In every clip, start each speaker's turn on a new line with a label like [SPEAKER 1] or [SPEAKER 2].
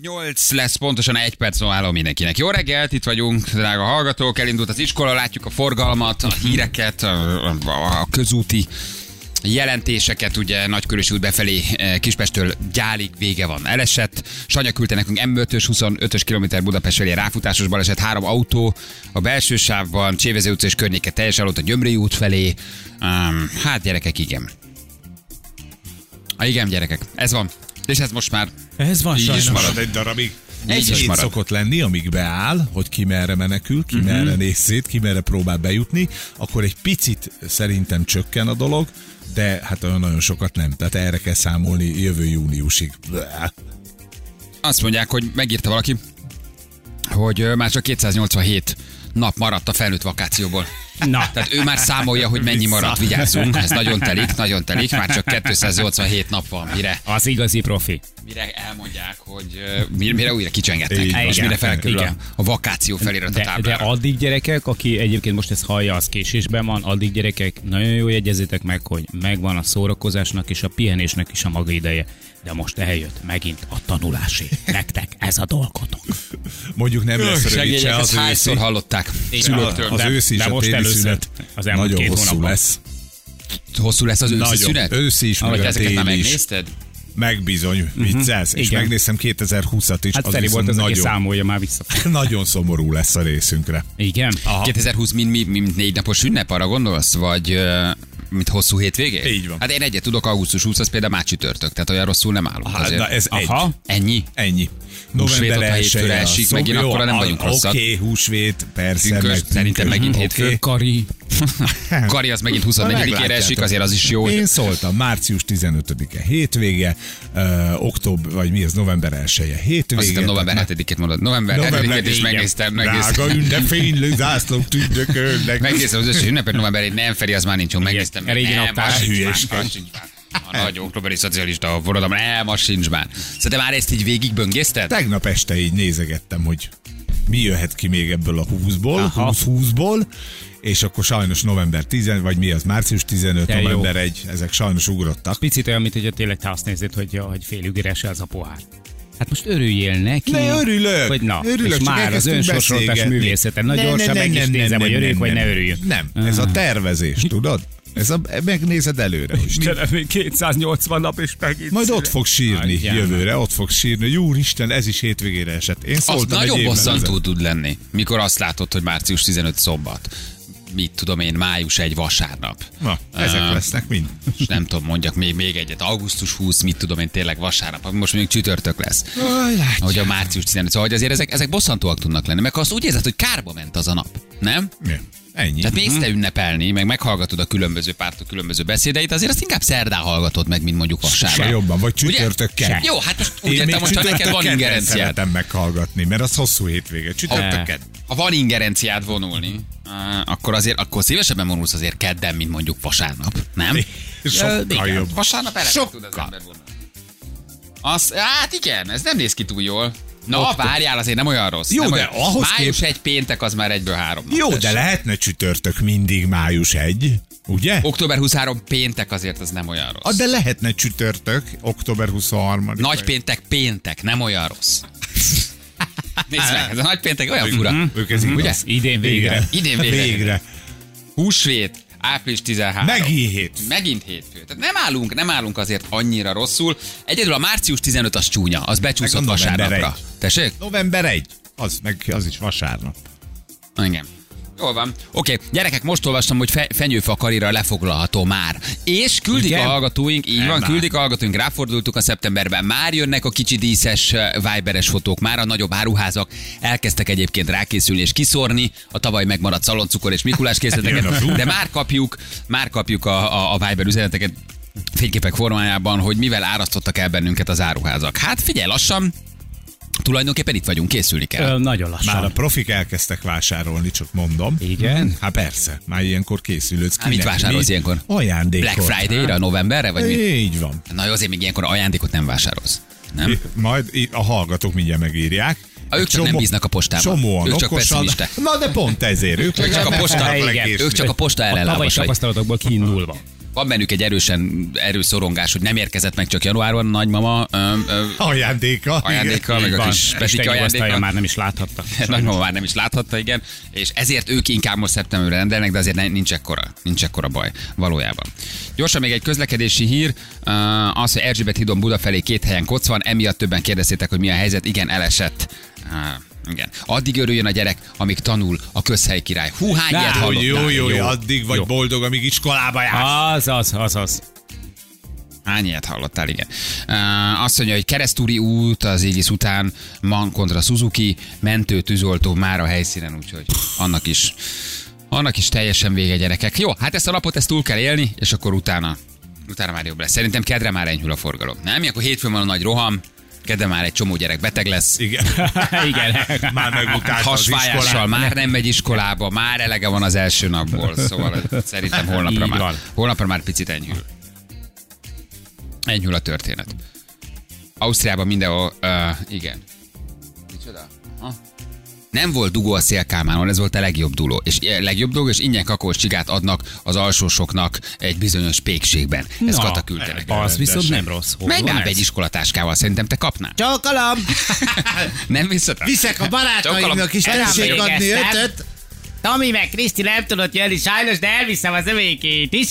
[SPEAKER 1] 8 lesz pontosan egy perc múlva állom mindenkinek. Jó reggelt, itt vagyunk, drága hallgatók, elindult az iskola, látjuk a forgalmat, a híreket, a, a, a közúti jelentéseket, ugye Nagykörös út befelé eh, Kispestől gyálig vége van. Elesett. Sanya küldte nekünk M5-ös, 25-ös km Budapest felé ráfutásos baleset, három autó a belső sávban, Csévező utca és környéke teljes alatt a Gyömri út felé. Um, hát gyerekek, igen. Ah, igen, gyerekek, ez van. És ez most már
[SPEAKER 2] Ez van
[SPEAKER 1] Így is
[SPEAKER 2] sajnos.
[SPEAKER 1] marad.
[SPEAKER 3] Marad egy darabig.
[SPEAKER 1] így
[SPEAKER 3] Egy
[SPEAKER 1] is
[SPEAKER 3] hét
[SPEAKER 1] marad. Mhm.
[SPEAKER 3] szokott lenni, amíg beáll, hogy ki merre menekül, ki uh-huh. merre néz szét, ki merre próbál bejutni, akkor egy picit szerintem csökken a dolog, de hát olyan nagyon sokat nem. Tehát erre kell számolni jövő júniusig. Bleh.
[SPEAKER 1] Azt mondják, hogy megírta valaki, hogy ö, már csak 287 nap maradt a felnőtt vakációból.
[SPEAKER 2] Na.
[SPEAKER 1] Tehát ő már számolja, hogy mennyi
[SPEAKER 2] Vissza.
[SPEAKER 1] maradt. Vigyázzunk, ez nagyon telik, nagyon telik, már csak 287 nap van, mire,
[SPEAKER 2] Az igazi profi.
[SPEAKER 1] mire elmondják, hogy ö, mire, mire újra kicsengetnek,
[SPEAKER 3] Igen.
[SPEAKER 1] és mire felkerül a,
[SPEAKER 2] Igen.
[SPEAKER 1] a vakáció felirat a
[SPEAKER 2] De, de
[SPEAKER 1] táblára.
[SPEAKER 2] addig gyerekek, aki egyébként most ezt hallja, az késésben van, addig gyerekek, nagyon jó jegyezzétek meg, hogy megvan a szórakozásnak és a pihenésnek is a maga ideje. De most eljött megint a tanulási. Nektek ez a dolgotok.
[SPEAKER 3] Mondjuk nem lesz rövid se
[SPEAKER 1] Segélyek,
[SPEAKER 3] az
[SPEAKER 1] ezt hányszor
[SPEAKER 3] őszi.
[SPEAKER 1] hallották?
[SPEAKER 3] Szülőktől. Az őszi és
[SPEAKER 2] de
[SPEAKER 3] a
[SPEAKER 2] most
[SPEAKER 3] téli
[SPEAKER 2] először
[SPEAKER 3] szünet
[SPEAKER 2] az elmúlt
[SPEAKER 3] nagyon
[SPEAKER 2] két
[SPEAKER 3] hosszú
[SPEAKER 2] hónapban.
[SPEAKER 3] lesz.
[SPEAKER 1] Hosszú lesz az őszi
[SPEAKER 3] Nagyon.
[SPEAKER 1] szünet?
[SPEAKER 3] Őszi is,
[SPEAKER 1] Vagy
[SPEAKER 3] meg a
[SPEAKER 1] ezeket már
[SPEAKER 3] téli is.
[SPEAKER 1] megnézted?
[SPEAKER 3] Megbizony, viccelsz. És
[SPEAKER 2] Mhm. Igen.
[SPEAKER 3] megnéztem 2020-at is,
[SPEAKER 2] Hát
[SPEAKER 3] az
[SPEAKER 2] Feri volt
[SPEAKER 3] viszont
[SPEAKER 2] az, aki
[SPEAKER 3] nagyon,
[SPEAKER 2] számolja már vissza.
[SPEAKER 3] nagyon szomorú lesz a részünkre.
[SPEAKER 2] Igen?
[SPEAKER 1] Aha. 2020 mint, mint, mint négy napos ünnep, arra gondolsz? Vagy ö, mint hosszú hétvégé?
[SPEAKER 3] Így van.
[SPEAKER 1] Hát én egyet tudok, augusztus 20, az például már csütörtök, tehát olyan rosszul nem állunk.
[SPEAKER 3] Hát,
[SPEAKER 1] azért.
[SPEAKER 3] na ez egy.
[SPEAKER 2] Aha.
[SPEAKER 1] Ennyi?
[SPEAKER 3] Ennyi.
[SPEAKER 1] Húsvétot, ha
[SPEAKER 3] elsője
[SPEAKER 1] hétfőre esik,
[SPEAKER 3] alszunk.
[SPEAKER 1] megint
[SPEAKER 3] Jó,
[SPEAKER 1] akkor nem
[SPEAKER 3] a-
[SPEAKER 1] vagyunk rosszak.
[SPEAKER 3] Oké, húsvét, persze.
[SPEAKER 1] Pünkös,
[SPEAKER 3] meg
[SPEAKER 1] szerintem
[SPEAKER 3] pünkös.
[SPEAKER 1] megint
[SPEAKER 3] Oké.
[SPEAKER 1] hétfő.
[SPEAKER 2] Kari.
[SPEAKER 1] Kari az megint 24-ére esik, azért az is jó.
[SPEAKER 3] Én szóltam, március 15-e hétvége, ö, október, vagy mi ez, november 1-e hétvége.
[SPEAKER 1] Azt hiszem november 7-ét mondod. November 7-ét is
[SPEAKER 3] igen.
[SPEAKER 1] megnéztem. megnéztem.
[SPEAKER 3] Drága ünnepfénylő zászlók tündökölnek.
[SPEAKER 1] Megnéztem az összes ünnepet, november 1 nem feri, az már nincs, jó, megnéztem.
[SPEAKER 2] Igen, régi
[SPEAKER 1] Nem,
[SPEAKER 2] naptár.
[SPEAKER 1] az sincs
[SPEAKER 3] Hülyeskedj.
[SPEAKER 1] már, az sincs már. A nagy októberi szocialista a forradalom, nem, az sincs már. Szerintem már ezt így végigböngészted?
[SPEAKER 3] Tegnap este így nézegettem, hogy mi jöhet ki még ebből a 20-ból,
[SPEAKER 2] Aha.
[SPEAKER 3] 20-20-ból, és akkor sajnos november 10, vagy mi az, március 15,
[SPEAKER 2] De jó.
[SPEAKER 3] november 1, ezek sajnos ugrottak.
[SPEAKER 2] Picit olyan, mint hogy tényleg te azt nézed, hogy, hogy félig üres ez a pohár. Hát most örüljél neki.
[SPEAKER 3] Ne, örülök.
[SPEAKER 2] Hogy na,
[SPEAKER 3] örülök,
[SPEAKER 2] és
[SPEAKER 3] csak
[SPEAKER 2] már az
[SPEAKER 3] elkezdtünk
[SPEAKER 2] önsorsoltás
[SPEAKER 3] beszélgetni.
[SPEAKER 2] művészete. Na
[SPEAKER 3] Ne, ne,
[SPEAKER 2] gyorsan
[SPEAKER 3] ne,
[SPEAKER 2] meg
[SPEAKER 3] ne,
[SPEAKER 2] is
[SPEAKER 3] ne,
[SPEAKER 2] nézem,
[SPEAKER 3] ne,
[SPEAKER 2] hogy
[SPEAKER 3] ne,
[SPEAKER 2] örüljünk, vagy
[SPEAKER 3] ne,
[SPEAKER 2] ne Ah.
[SPEAKER 3] ne.
[SPEAKER 2] örüljünk.
[SPEAKER 3] Nem, ez a tervezés, tudod? Ez a, megnézed előre, hogy mi,
[SPEAKER 2] Istenem, még 280 nap is megint.
[SPEAKER 3] majd ott fog sírni
[SPEAKER 2] Adjál
[SPEAKER 3] jövőre, ott fog sírni, hogy úristen, ez is hétvégére esett. Én
[SPEAKER 1] Az
[SPEAKER 3] szóltam egy
[SPEAKER 1] nagyon
[SPEAKER 3] évvel
[SPEAKER 1] bosszantó
[SPEAKER 3] ezelőtt.
[SPEAKER 1] tud lenni, mikor azt látod, hogy március 15 szombat. Mit tudom én, május egy vasárnap.
[SPEAKER 3] Na, ezek
[SPEAKER 1] Ö,
[SPEAKER 3] lesznek mind.
[SPEAKER 1] És nem tudom, mondjak még, még egyet. Augusztus 20, mit tudom én, tényleg vasárnap. ami Most még csütörtök lesz. Hogy a március 15. Szóval hogy azért ezek, ezek bosszantóak tudnak lenni. Meg ha azt úgy érzed, hogy kárba ment az a nap. Nem?
[SPEAKER 3] Mi? Ennyi.
[SPEAKER 1] Tehát mész te ünnepelni, meg meghallgatod a különböző pártok különböző beszédeit, azért azt inkább szerdán hallgatod meg, mint mondjuk vasárnap.
[SPEAKER 3] Se jobban, vagy
[SPEAKER 1] Ugye?
[SPEAKER 3] csütörtökkel.
[SPEAKER 1] Jó, hát most úgy
[SPEAKER 3] Én még
[SPEAKER 1] értem, hogyha neked van
[SPEAKER 3] csütörtökkel nem
[SPEAKER 1] ingerenciád.
[SPEAKER 3] szeretem meghallgatni, mert az hosszú hétvége. Csütörtökkel.
[SPEAKER 1] ha van ingerenciád vonulni,
[SPEAKER 3] Mhm.
[SPEAKER 1] á, akkor azért akkor szívesebben vonulsz azért kedden, mint mondjuk vasárnap, nem?
[SPEAKER 3] Sokkal jobb.
[SPEAKER 1] Vasárnap eleve tud az
[SPEAKER 3] Sokkal.
[SPEAKER 1] ember vonulni. Az, hát igen, ez nem néz ki túl jól. Na, várjál, azért nem olyan rossz.
[SPEAKER 3] Jó,
[SPEAKER 1] nem
[SPEAKER 3] de
[SPEAKER 1] olyan.
[SPEAKER 3] ahhoz
[SPEAKER 1] Május egy péntek, az már egyből három. nap,
[SPEAKER 3] Jó, de
[SPEAKER 1] tessék.
[SPEAKER 3] lehetne csütörtök mindig május 1, ugye?
[SPEAKER 1] Október 23 péntek azért az nem olyan rossz.
[SPEAKER 3] A, Ah, de lehetne csütörtök, október 23
[SPEAKER 1] Nagy péntek péntek, nem olyan rossz. Nézd meg, ez a nagy péntek olyan fura.
[SPEAKER 3] Mhm. Ők ez igaz.
[SPEAKER 1] Ugye?
[SPEAKER 2] Idén végre.
[SPEAKER 1] Idén végre.
[SPEAKER 3] Végre.
[SPEAKER 1] Húsvét, április 13.
[SPEAKER 3] Megint hét.
[SPEAKER 1] Megint hétfő. Tehát nem állunk, nem állunk azért annyira rosszul. Egyedül a március 15 az csúnya, az becsúszott
[SPEAKER 3] Meg a november
[SPEAKER 1] vasárnapra.
[SPEAKER 3] egy.
[SPEAKER 1] Tessék?
[SPEAKER 3] November 1. Az, meg az is vasárnap.
[SPEAKER 1] Igen. Jól van. Oké, okay. gyerekek, most olvastam, hogy fe- fenyőfa karira lefoglalható már. És küldik
[SPEAKER 3] Igen?
[SPEAKER 1] a hallgatóink, így
[SPEAKER 3] Nem
[SPEAKER 1] van,
[SPEAKER 3] már.
[SPEAKER 1] küldik a hallgatóink, ráfordultuk a szeptemberben. Már jönnek a kicsi díszes eh, Viberes fotók, már a nagyobb áruházak elkezdtek egyébként rákészülni és kiszórni a tavaly megmaradt szaloncukor és Mikulás
[SPEAKER 3] Jön a
[SPEAKER 1] készleteket,
[SPEAKER 3] zsú.
[SPEAKER 1] de már kapjuk, már kapjuk a, a, a Viber üzeneteket fényképek formájában, hogy mivel árasztottak el bennünket az áruházak. Hát figyelj lassan, tulajdonképpen itt vagyunk, készülni kell.
[SPEAKER 2] Ö, nagyon
[SPEAKER 3] Már a
[SPEAKER 2] lassan.
[SPEAKER 3] profik elkezdtek vásárolni, csak mondom.
[SPEAKER 2] Igen?
[SPEAKER 3] Hát persze, már ilyenkor készülődsz.
[SPEAKER 1] Hát mit
[SPEAKER 3] Kinek
[SPEAKER 1] vásárolsz ilyenkor?
[SPEAKER 3] Ajándékot.
[SPEAKER 1] Black Friday-ra, novemberre, vagy mi?
[SPEAKER 3] Így van.
[SPEAKER 1] Na jó, azért még ilyenkor ajándékot nem vásárolsz. Nem?
[SPEAKER 3] Majd í- a hallgatók mindjárt megírják.
[SPEAKER 1] A ők csak nem bíznak a postában.
[SPEAKER 3] Csomóan
[SPEAKER 1] Ők csak
[SPEAKER 3] okosan.
[SPEAKER 1] pessimisták.
[SPEAKER 3] Na de pont ezért. Ők,
[SPEAKER 1] Ők csak a posta,
[SPEAKER 2] igen,
[SPEAKER 1] ők csak a posta
[SPEAKER 2] A tavalyi
[SPEAKER 1] ellenlábasai.
[SPEAKER 2] tapasztalatokból kiindulva.
[SPEAKER 1] Van bennük egy erősen erős szorongás, hogy nem érkezett meg csak januárban a nagymama ö, hát ö,
[SPEAKER 3] Ajándéka.
[SPEAKER 1] ajándéka, meg a
[SPEAKER 2] Van,
[SPEAKER 1] kis
[SPEAKER 2] Isten
[SPEAKER 1] Petike
[SPEAKER 2] nyugasztalja,
[SPEAKER 1] ajándéka.
[SPEAKER 2] már nem is láthatta.
[SPEAKER 1] Nagymama már nem is láthatta, igen. És ezért ők inkább most szeptemberre rendelnek, de azért ne- nincs ekkora, nincs ekkora baj valójában. Gyorsan még egy közlekedési hír. Uh, Az, hogy Erzsébet hídon Buda felé két helyen koc van, emiatt többen kérdeztétek, hogy mi a helyzet. Igen, elesett. Uh, igen. Addig örüljön a gyerek, amíg tanul a közhely király. Hú, hány
[SPEAKER 3] Á,
[SPEAKER 1] ilyet hallottam?
[SPEAKER 3] jó, jó, jó, addig vagy
[SPEAKER 2] Jó.
[SPEAKER 3] boldog, amíg iskolába jársz.
[SPEAKER 2] Az, az, az, az.
[SPEAKER 1] Hány ilyet hallottál, igen. Uh, azt mondja, hogy keresztúri út az Égis után, Man kontra Suzuki, mentő tűzoltó már a helyszínen, úgyhogy annak is, annak is teljesen vége gyerekek. Jó, hát ezt a napot ezt túl kell élni, és akkor utána, utána már jobb lesz. Szerintem kedre már enyhül a forgalom. Nem, akkor hétfőn van a nagy roham, kedre már egy csomó gyerek beteg lesz.
[SPEAKER 3] Igen.
[SPEAKER 2] Igen.
[SPEAKER 3] Már megutálta
[SPEAKER 1] Hát
[SPEAKER 3] az
[SPEAKER 1] Hasfájással
[SPEAKER 3] iskolát.
[SPEAKER 1] már nem megy iskolába, már elege van az első napból, szóval szerintem holnapra
[SPEAKER 2] Így
[SPEAKER 1] már,
[SPEAKER 2] van.
[SPEAKER 1] holnapra már picit enyhül. Enyhül a történet. Ausztriában mindenhol, uh, igen. Micsoda? Aha. Nem volt dugó a szélkámánon, ez volt a legjobb duló. És a legjobb dolog, és ingyen kakaós csigát adnak az alsósoknak egy bizonyos pékségben. Ez
[SPEAKER 2] Na,
[SPEAKER 1] Kata küldte nekem.
[SPEAKER 2] Az viszont
[SPEAKER 3] Rendesen.
[SPEAKER 2] nem rossz. Hol
[SPEAKER 1] Menj
[SPEAKER 2] van
[SPEAKER 1] már
[SPEAKER 2] ez?
[SPEAKER 1] be egy iskolatáskával, szerintem te kapnál.
[SPEAKER 4] Csókolom!
[SPEAKER 2] Hát-
[SPEAKER 1] Nem viszont?
[SPEAKER 4] Viszek a barátaimnak is, tessék adni ötöt! Tomi meg Kriszti nem tudott jönni sajnos, de elviszem az övékét is.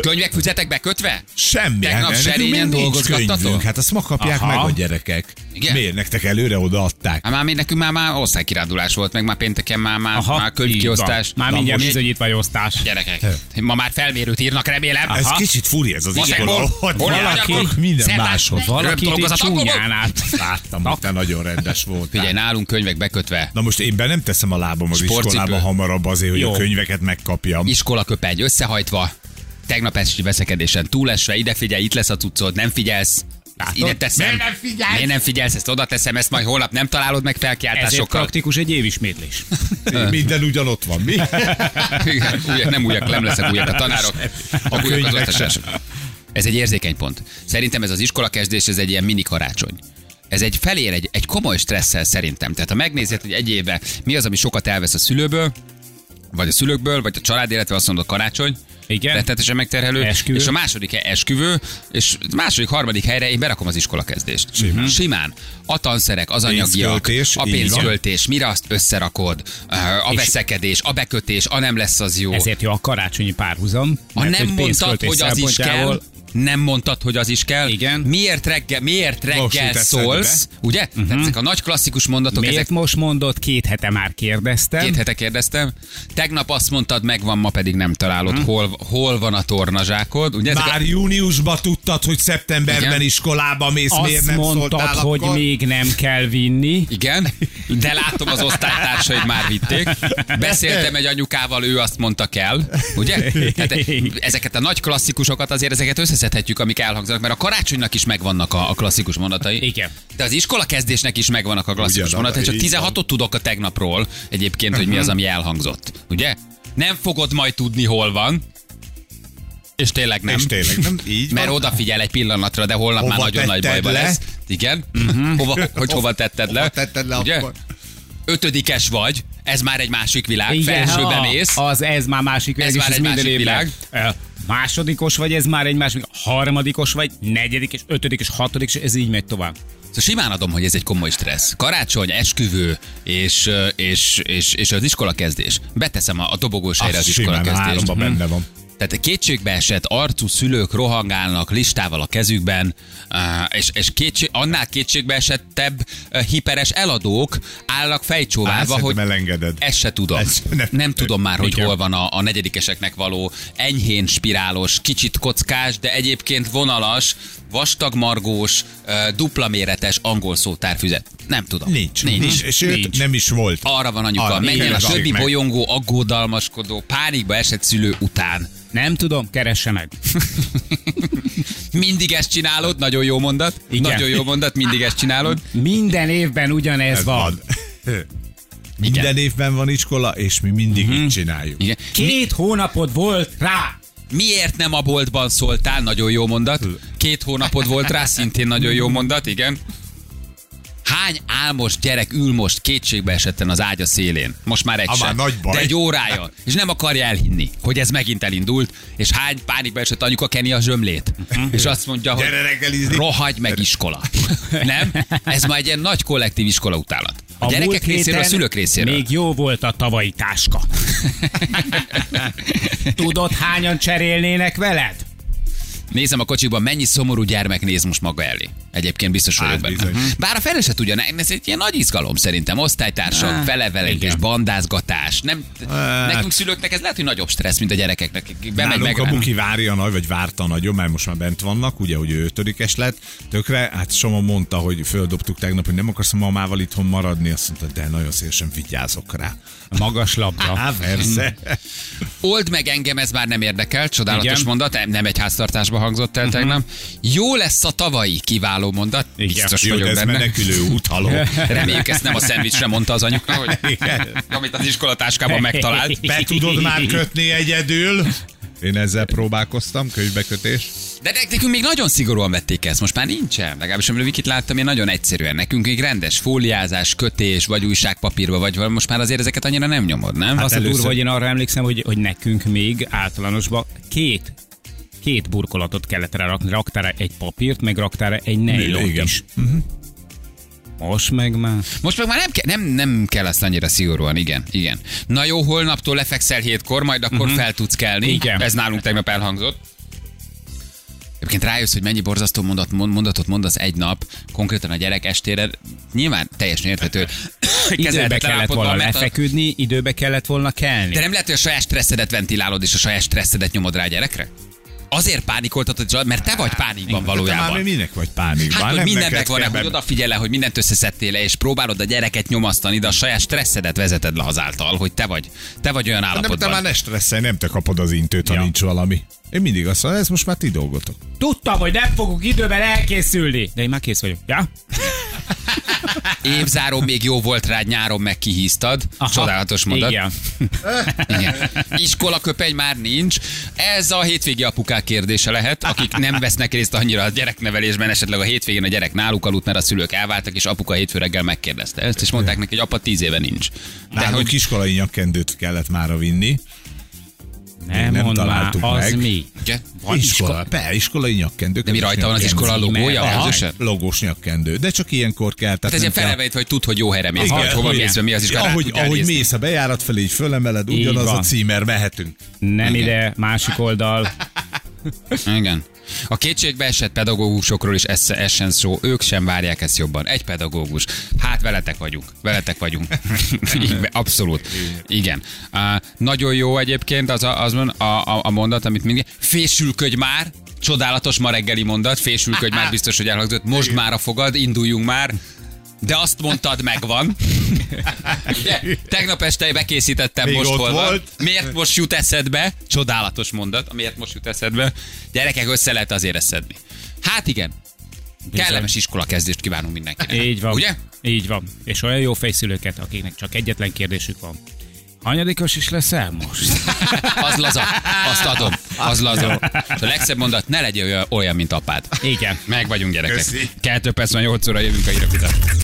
[SPEAKER 1] Könyvek füzetekbe kötve?
[SPEAKER 3] Semmi.
[SPEAKER 1] Tegnap
[SPEAKER 3] hát nekünk
[SPEAKER 1] serényen
[SPEAKER 3] még nincs
[SPEAKER 1] dolgozgattatok?
[SPEAKER 3] könyvünk. Hát azt ma kapják
[SPEAKER 2] Aha.
[SPEAKER 3] meg a gyerekek.
[SPEAKER 1] Igen.
[SPEAKER 3] Miért nektek előre odaadták?
[SPEAKER 1] Hát már még nekünk már, már osztálykirándulás volt, meg már pénteken már, már, már
[SPEAKER 2] Aha, így van.
[SPEAKER 1] könyvkiosztás.
[SPEAKER 2] Már
[SPEAKER 1] Na
[SPEAKER 2] mindjárt
[SPEAKER 1] most-
[SPEAKER 2] bizonyítványosztás.
[SPEAKER 1] Gyerekek, ma már felmérőt írnak, remélem.
[SPEAKER 3] Ez kicsit furi ez az
[SPEAKER 1] Matekból?
[SPEAKER 3] iskola.
[SPEAKER 1] Hol a
[SPEAKER 3] járnak?
[SPEAKER 1] magyar?
[SPEAKER 3] Minden
[SPEAKER 1] Szerdán?
[SPEAKER 3] máshol.
[SPEAKER 2] Valaki itt
[SPEAKER 1] dolgozat, akkor
[SPEAKER 2] csúnyán át.
[SPEAKER 3] Láttam, hogy te nagyon rendes voltál.
[SPEAKER 1] Figyelj, nálunk könyvek bekötve,
[SPEAKER 3] Na most én be nem teszem a lábam az
[SPEAKER 1] Sportcipő.
[SPEAKER 3] iskolába hamarabb azért, hogy
[SPEAKER 2] Jó.
[SPEAKER 3] a könyveket megkapjam.
[SPEAKER 1] iskola köpegy összehajtva, tegnap esti veszekedésen túlesve, ide figyelj, itt lesz a cuccod, nem figyelsz. Ezt Ide teszem.
[SPEAKER 4] Miért nem figyelsz?
[SPEAKER 1] Miért nem figyelsz? Ezt oda teszem, ezt majd holnap nem találod meg
[SPEAKER 2] Ezért
[SPEAKER 1] felkiáltásokkal.
[SPEAKER 2] praktikus egy évismétlés.
[SPEAKER 3] Minden ugyanott van, mi?
[SPEAKER 1] Hát Igen, újak, nem újak, nem leszek újak a tanárok. A újak az
[SPEAKER 3] könyvek
[SPEAKER 1] oktatások. Ez egy érzékeny pont. Szerintem ez az iskolakezdés, ez egy ilyen mini karácsony. Ez egy felér, egy, egy komoly stresszel szerintem. Tehát ha megnézed, hogy egy évben mi az, ami sokat elvesz a szülőből, vagy a szülőkből, vagy a család illetve azt mondod karácsony,
[SPEAKER 2] Igen.
[SPEAKER 1] rettetesen megterhelő,
[SPEAKER 2] Esküvő.
[SPEAKER 1] és a második hely esküvő, és második, harmadik helyre én berakom az iskolakezdést. Simán. Simán. A tanszerek, az anyagiak,
[SPEAKER 3] Pénzköltés,
[SPEAKER 1] a
[SPEAKER 3] így van.
[SPEAKER 1] pénzköltés, mire azt összerakod, a veszekedés, a bekötés, a nem lesz az jó.
[SPEAKER 2] Ezért jó a karácsonyi párhuzam.
[SPEAKER 1] Ha
[SPEAKER 2] mert
[SPEAKER 1] nem
[SPEAKER 2] hogy
[SPEAKER 1] mondtad,
[SPEAKER 2] pénzköltés
[SPEAKER 1] hogy az is kell,
[SPEAKER 2] szempontjából-
[SPEAKER 1] nem mondtad, hogy az is kell.
[SPEAKER 2] Igen.
[SPEAKER 1] Miért reggel, miért
[SPEAKER 3] Most jut
[SPEAKER 1] reggel
[SPEAKER 3] eszedbe.
[SPEAKER 1] szólsz? Ugye? Uh-huh. Tehát ezek a nagy klasszikus mondatok,
[SPEAKER 2] Mhm. Miért
[SPEAKER 1] ezek
[SPEAKER 2] most mondod, két hete már kérdeztem.
[SPEAKER 1] két hete kérdeztem. Tegnap azt mondtad, megvan, ma pedig nem találod,
[SPEAKER 2] Mhm.
[SPEAKER 1] uh-huh. hol, hol van a tornazsákod. Ugye ezek
[SPEAKER 3] Már
[SPEAKER 1] a...
[SPEAKER 3] júniusban tudtad, hogy szeptemberben
[SPEAKER 1] Igen.
[SPEAKER 3] iskolába mész, miért
[SPEAKER 2] Azt
[SPEAKER 3] nem
[SPEAKER 2] mondtad,
[SPEAKER 3] szóltál
[SPEAKER 2] hogy
[SPEAKER 3] akkor?
[SPEAKER 2] még nem kell vinni.
[SPEAKER 1] Igen, de látom az osztálytársaid már vitték. Beszéltem egy anyukával, ő azt mondta kell, ugye? Tehát ezeket a nagy klasszikusokat azért ezeket összeszedhetjük, amik elhangzanak, mert a karácsonynak is megvannak a, a klasszikus mondatai.
[SPEAKER 2] Igen.
[SPEAKER 1] De az iskola kezdésnek is megvannak a klasszikus
[SPEAKER 3] Ugyanaz,
[SPEAKER 1] mondatai, csak
[SPEAKER 3] így van.
[SPEAKER 1] 16-ot tudok a tegnapról egyébként, hogy mi az, ami elhangzott. Ugye? Nem fogod majd tudni, hol van. És tényleg nem.
[SPEAKER 3] És tényleg nem így
[SPEAKER 1] Mert
[SPEAKER 3] van.
[SPEAKER 1] odafigyel egy pillanatra, de holnap
[SPEAKER 3] Hova
[SPEAKER 1] már nagyon nagy
[SPEAKER 3] tetted
[SPEAKER 1] bajba
[SPEAKER 3] le?
[SPEAKER 1] lesz. Igen. Uh-huh. Hova, hogy hova tetted le?
[SPEAKER 3] Hova tetted le
[SPEAKER 1] Ugye?
[SPEAKER 3] akkor?
[SPEAKER 1] Ötödikes vagy, ez már egy másik világ.
[SPEAKER 2] Igen,
[SPEAKER 1] Hát Felsőbe
[SPEAKER 2] ha,
[SPEAKER 1] mész.
[SPEAKER 2] Az, ez már másik világ,
[SPEAKER 1] Ez
[SPEAKER 2] és
[SPEAKER 1] már egy
[SPEAKER 2] minden
[SPEAKER 1] másik
[SPEAKER 2] évben.
[SPEAKER 1] világ.
[SPEAKER 2] Ö, Másodikos vagy, ez már egy másik, harmadikos vagy, negyedik és ötödik és hatodik, és ez így megy tovább.
[SPEAKER 1] Szóval simán adom, hogy ez egy komoly stressz. Karácsony, esküvő és, ö, és, és, és az iskola kezdés. Beteszem a, a dobogós helyre az
[SPEAKER 3] Az simán
[SPEAKER 1] iskola kezdést. Hm.
[SPEAKER 3] háromba benne van.
[SPEAKER 1] Tehát kétségbeesett arcú szülők rohangálnak listával a kezükben, á, és, és kétség, annál kétségbeesettebb ö, hiperes eladók állnak
[SPEAKER 3] Á,
[SPEAKER 1] fejcsóválva,
[SPEAKER 3] szerintem
[SPEAKER 1] hogy E-
[SPEAKER 3] elengeded.
[SPEAKER 1] ezt se tudom.
[SPEAKER 3] Ezt
[SPEAKER 1] nem,
[SPEAKER 3] nem-
[SPEAKER 1] nem tudom már, hogy
[SPEAKER 2] Igen.
[SPEAKER 1] hol van a, a negyedikeseknek való enyhén spirálos, kicsit kockás, de egyébként vonalas, vastag margós, ö, dupla méretes angol szótárfüzet. Nem tudom.
[SPEAKER 3] Nincs.
[SPEAKER 1] Nincs.
[SPEAKER 3] Nincs. Sőt,
[SPEAKER 2] Nincs.
[SPEAKER 3] nem is volt.
[SPEAKER 1] Arra van anyuka,
[SPEAKER 3] Arra
[SPEAKER 1] menjen a
[SPEAKER 3] keressék
[SPEAKER 1] többi
[SPEAKER 3] meg.
[SPEAKER 1] bolyongó, aggódalmaskodó, pánikba esett szülő után.
[SPEAKER 2] Nem tudom, keresse meg.
[SPEAKER 1] Mindig ezt csinálod, nagyon jó mondat. Igen.
[SPEAKER 2] Igen.
[SPEAKER 1] Nagyon jó mondat, mindig ezt csinálod.
[SPEAKER 2] Minden évben ugyanez
[SPEAKER 3] Ez
[SPEAKER 2] van.
[SPEAKER 3] van. Minden évben van iskola, és mi mindig így csináljuk.
[SPEAKER 1] Mhm. Igen.
[SPEAKER 2] Két hónapod volt rá.
[SPEAKER 1] Miért nem a boltban szóltál? Nagyon jó mondat. Két hónapod volt rá, szintén nagyon jó mondat, igen. hány álmos gyerek ül most kétségbe esetten az ágya szélén? Most már egy
[SPEAKER 3] Ha
[SPEAKER 1] sem.
[SPEAKER 3] már nagy baj.
[SPEAKER 1] De egy órája. És nem akarja elhinni, hogy ez megint elindult, és hány pánikba esett anyuka keni a zsömlét. és azt mondja, hogy
[SPEAKER 3] Mhm. Gyere reggelizni.
[SPEAKER 1] rohagy meg iskola. nem? Ez már egy ilyen nagy kollektív iskola utálat. A,
[SPEAKER 2] múlt
[SPEAKER 1] gyerekek részéről, a
[SPEAKER 2] héten
[SPEAKER 1] szülők részéről.
[SPEAKER 2] Még jó volt a tavalyi táska. Tudod, hányan cserélnének veled?
[SPEAKER 1] Nézem a kocsiban, mennyi szomorú gyermek néz most maga elé. Egyébként biztos vagyok
[SPEAKER 3] Hát,
[SPEAKER 1] benne.
[SPEAKER 3] bizony.
[SPEAKER 1] Mhm. Bár a fele se tudja, ne- ez egy ilyen nagy izgalom szerintem. Osztálytársak, felevelés, bandázgatás. Nem,
[SPEAKER 3] Hát.
[SPEAKER 1] nekünk szülőknek ez lehet, hogy nagyobb stressz, mint a gyerekeknek. Bemegy
[SPEAKER 3] Nálunk
[SPEAKER 1] meg.
[SPEAKER 3] a Buki várja nagy, vagy várta nagyon, mert most már bent vannak, ugye, hogy ő ötödikes lett, tökre, hát Soma mondta, hogy földobtuk tegnap, hogy nem akarsz a mamával itthon maradni, azt mondta, de nagyon szélesen vigyázok rá.
[SPEAKER 1] Ah,
[SPEAKER 2] Magas labda.
[SPEAKER 1] hát
[SPEAKER 3] Á, persze.
[SPEAKER 1] hmm. Old meg engem, ez már nem érdekel. Csodálatos
[SPEAKER 2] Igen.
[SPEAKER 1] mondat, nem- nem egy háztartásba hangzott
[SPEAKER 3] Mhm.
[SPEAKER 1] el tegnap. Jó lesz a tavalyi kiváló mondat.
[SPEAKER 2] Igen.
[SPEAKER 1] Biztos
[SPEAKER 3] Jó, de
[SPEAKER 1] vagyok
[SPEAKER 3] ez
[SPEAKER 1] benne.
[SPEAKER 3] menekülő út, haló.
[SPEAKER 1] Reméljük, ezt nem a szendvicsre mondta az anyuka, hogy
[SPEAKER 3] Igen.
[SPEAKER 1] amit az iskolatáskában megtalált.
[SPEAKER 3] Be tudod már kötni egyedül? Én ezzel próbálkoztam, könyvbekötés.
[SPEAKER 1] De nek- nekünk még nagyon szigorúan vették ezt, most már nincsen. Legalábbis amíg itt láttam, én nagyon egyszerűen. Nekünk még rendes fóliázás, kötés, vagy újságpapírba, vagy valami. most már azért ezeket annyira nem nyomod, nem?
[SPEAKER 2] Hát
[SPEAKER 1] Hát
[SPEAKER 2] az a
[SPEAKER 3] először-
[SPEAKER 2] durva, hogy én arra emlékszem, hogy, hogy nekünk még általánosban két két burkolatot kellett rá rakni. Raktára egy papírt, meg raktára egy nejlont
[SPEAKER 3] Igen.
[SPEAKER 2] is.
[SPEAKER 1] Mhm.
[SPEAKER 2] Most meg már.
[SPEAKER 1] Most meg már nem, ke- nem, nem kell ezt annyira szigorúan, igen, igen. Na jó, holnaptól lefekszel hétkor, majd akkor uh-huh. fel tudsz kelni.
[SPEAKER 2] Mhm. Igen.
[SPEAKER 1] Ez nálunk tegnap elhangzott. Egyébként rájössz, hogy mennyi borzasztó mondat, mond- mondatot mondasz egy nap, konkrétan a gyerek estére, nyilván teljesen érthető. hogy
[SPEAKER 2] Időbe
[SPEAKER 1] kezelhetetlen
[SPEAKER 2] kellett
[SPEAKER 1] állapotban,
[SPEAKER 2] volna
[SPEAKER 1] mert a-
[SPEAKER 2] lefeküdni, időbe kellett volna kelni.
[SPEAKER 1] De nem lehet, hogy a saját stresszedet ventilálod, és a saját stresszedet nyomod rá a gyerekre? Azért pánikoltatod, Zsolt, mert te vagy pánikban
[SPEAKER 3] Te Hát, már
[SPEAKER 1] valójában.
[SPEAKER 3] még minek vagy pánikban?
[SPEAKER 1] Hát, hogy
[SPEAKER 3] Nem
[SPEAKER 1] minden
[SPEAKER 3] neked
[SPEAKER 1] megvan,
[SPEAKER 3] kell
[SPEAKER 1] hogy
[SPEAKER 3] be-
[SPEAKER 1] odafigyel, hogy mindent összeszedtél le, és próbálod a gyereket nyomasztani, de a saját stresszedet vezeted le azáltal, hogy te vagy, te vagy olyan
[SPEAKER 3] Hát Nem, te már
[SPEAKER 1] állapotban.
[SPEAKER 3] ne stresszelj, nem te kapod az intőt, ha
[SPEAKER 2] Ja.
[SPEAKER 3] nincs valami. Én mindig azt mondom, ez most már ti dolgotok.
[SPEAKER 2] Tudtam, hogy nem fogunk időben elkészülni. De én már kész vagyok. Ja?
[SPEAKER 3] hát-
[SPEAKER 1] Évzáron még jó volt rád, nyáron meg kihíztad.
[SPEAKER 2] Aha.
[SPEAKER 1] Csodálatos mondat.
[SPEAKER 2] Igen.
[SPEAKER 1] Igen. Iskola köpeny már nincs. Ez a hétvégi apukák kérdése lehet, akik nem vesznek részt annyira a gyereknevelésben, esetleg a hétvégén a gyerek náluk aludt, mert a szülők elváltak, és apuka hétfő reggel megkérdezte ezt, és mondták neki, hogy apa tíz éve nincs. De
[SPEAKER 3] Nálunk
[SPEAKER 1] hogy
[SPEAKER 3] iskolai nyakkendőt kellett már vinni.
[SPEAKER 2] Nem,
[SPEAKER 3] nem
[SPEAKER 2] nem mondd már,
[SPEAKER 3] találtuk
[SPEAKER 2] az
[SPEAKER 3] meg.
[SPEAKER 2] mi?
[SPEAKER 1] Igen?
[SPEAKER 3] Iskola, be, iskolai nyakkendő.
[SPEAKER 1] De mi rajta van az
[SPEAKER 3] közös
[SPEAKER 1] iskola
[SPEAKER 3] nyakkendő.
[SPEAKER 1] logója?
[SPEAKER 3] Aha,
[SPEAKER 1] Közösen?
[SPEAKER 3] Logós nyakkendő, de csak ilyenkor kell. Tehát
[SPEAKER 1] Hát ez ilyen
[SPEAKER 3] nem kell-
[SPEAKER 1] felelveit, hogy tud, hogy jó helyre mész, vagy hova
[SPEAKER 3] igen.
[SPEAKER 1] mész, vagy mi az Hát, is.
[SPEAKER 3] ahogy, ahogy mész a bejárat felé, így fölemeled,
[SPEAKER 2] Így
[SPEAKER 3] ugyanaz a
[SPEAKER 2] van.
[SPEAKER 3] címer, mehetünk.
[SPEAKER 1] Igen.
[SPEAKER 2] Nem ide, másik oldal.
[SPEAKER 1] Igen. A kétségbe esett pedagógusokról is esze essen szó, ők sem várják ezt jobban. Egy pedagógus. Hát veletek vagyunk. Veletek vagyunk. Igen, Abszolút. Igen. Uh, nagyon jó egyébként az a, az van a, a, a mondat, amit mindig... Fésülködj már! Csodálatos ma reggeli mondat, fésülködj már, biztos, hogy elhangzott. Most már a fogad, induljunk már. De azt mondtad, megvan. Ugye? Tegnap este bekészítettem,
[SPEAKER 3] Még
[SPEAKER 1] most
[SPEAKER 3] ott
[SPEAKER 1] hol van.
[SPEAKER 3] volt.
[SPEAKER 1] Miért most jut eszedbe? Csodálatos mondat, miért most jut eszedbe. Gyerekek, össze lehet azért eszedni. Hát igen. Kellemes iskola kezdést kívánunk mindenkinek.
[SPEAKER 2] Így van.
[SPEAKER 1] Ugye?
[SPEAKER 2] Így van. És olyan jó fejszülőket, akiknek csak egyetlen kérdésük van. Hanyadikos is leszel most?
[SPEAKER 1] Az laza. Azt adom. Az laza. És a legszebb mondat, ne legyél olyan- olyan, mint apád.
[SPEAKER 2] Igen.
[SPEAKER 1] Meg vagyunk gyerekek.
[SPEAKER 3] Köszi.
[SPEAKER 1] Kettő perc van, 8 óra jövünk a hírek után.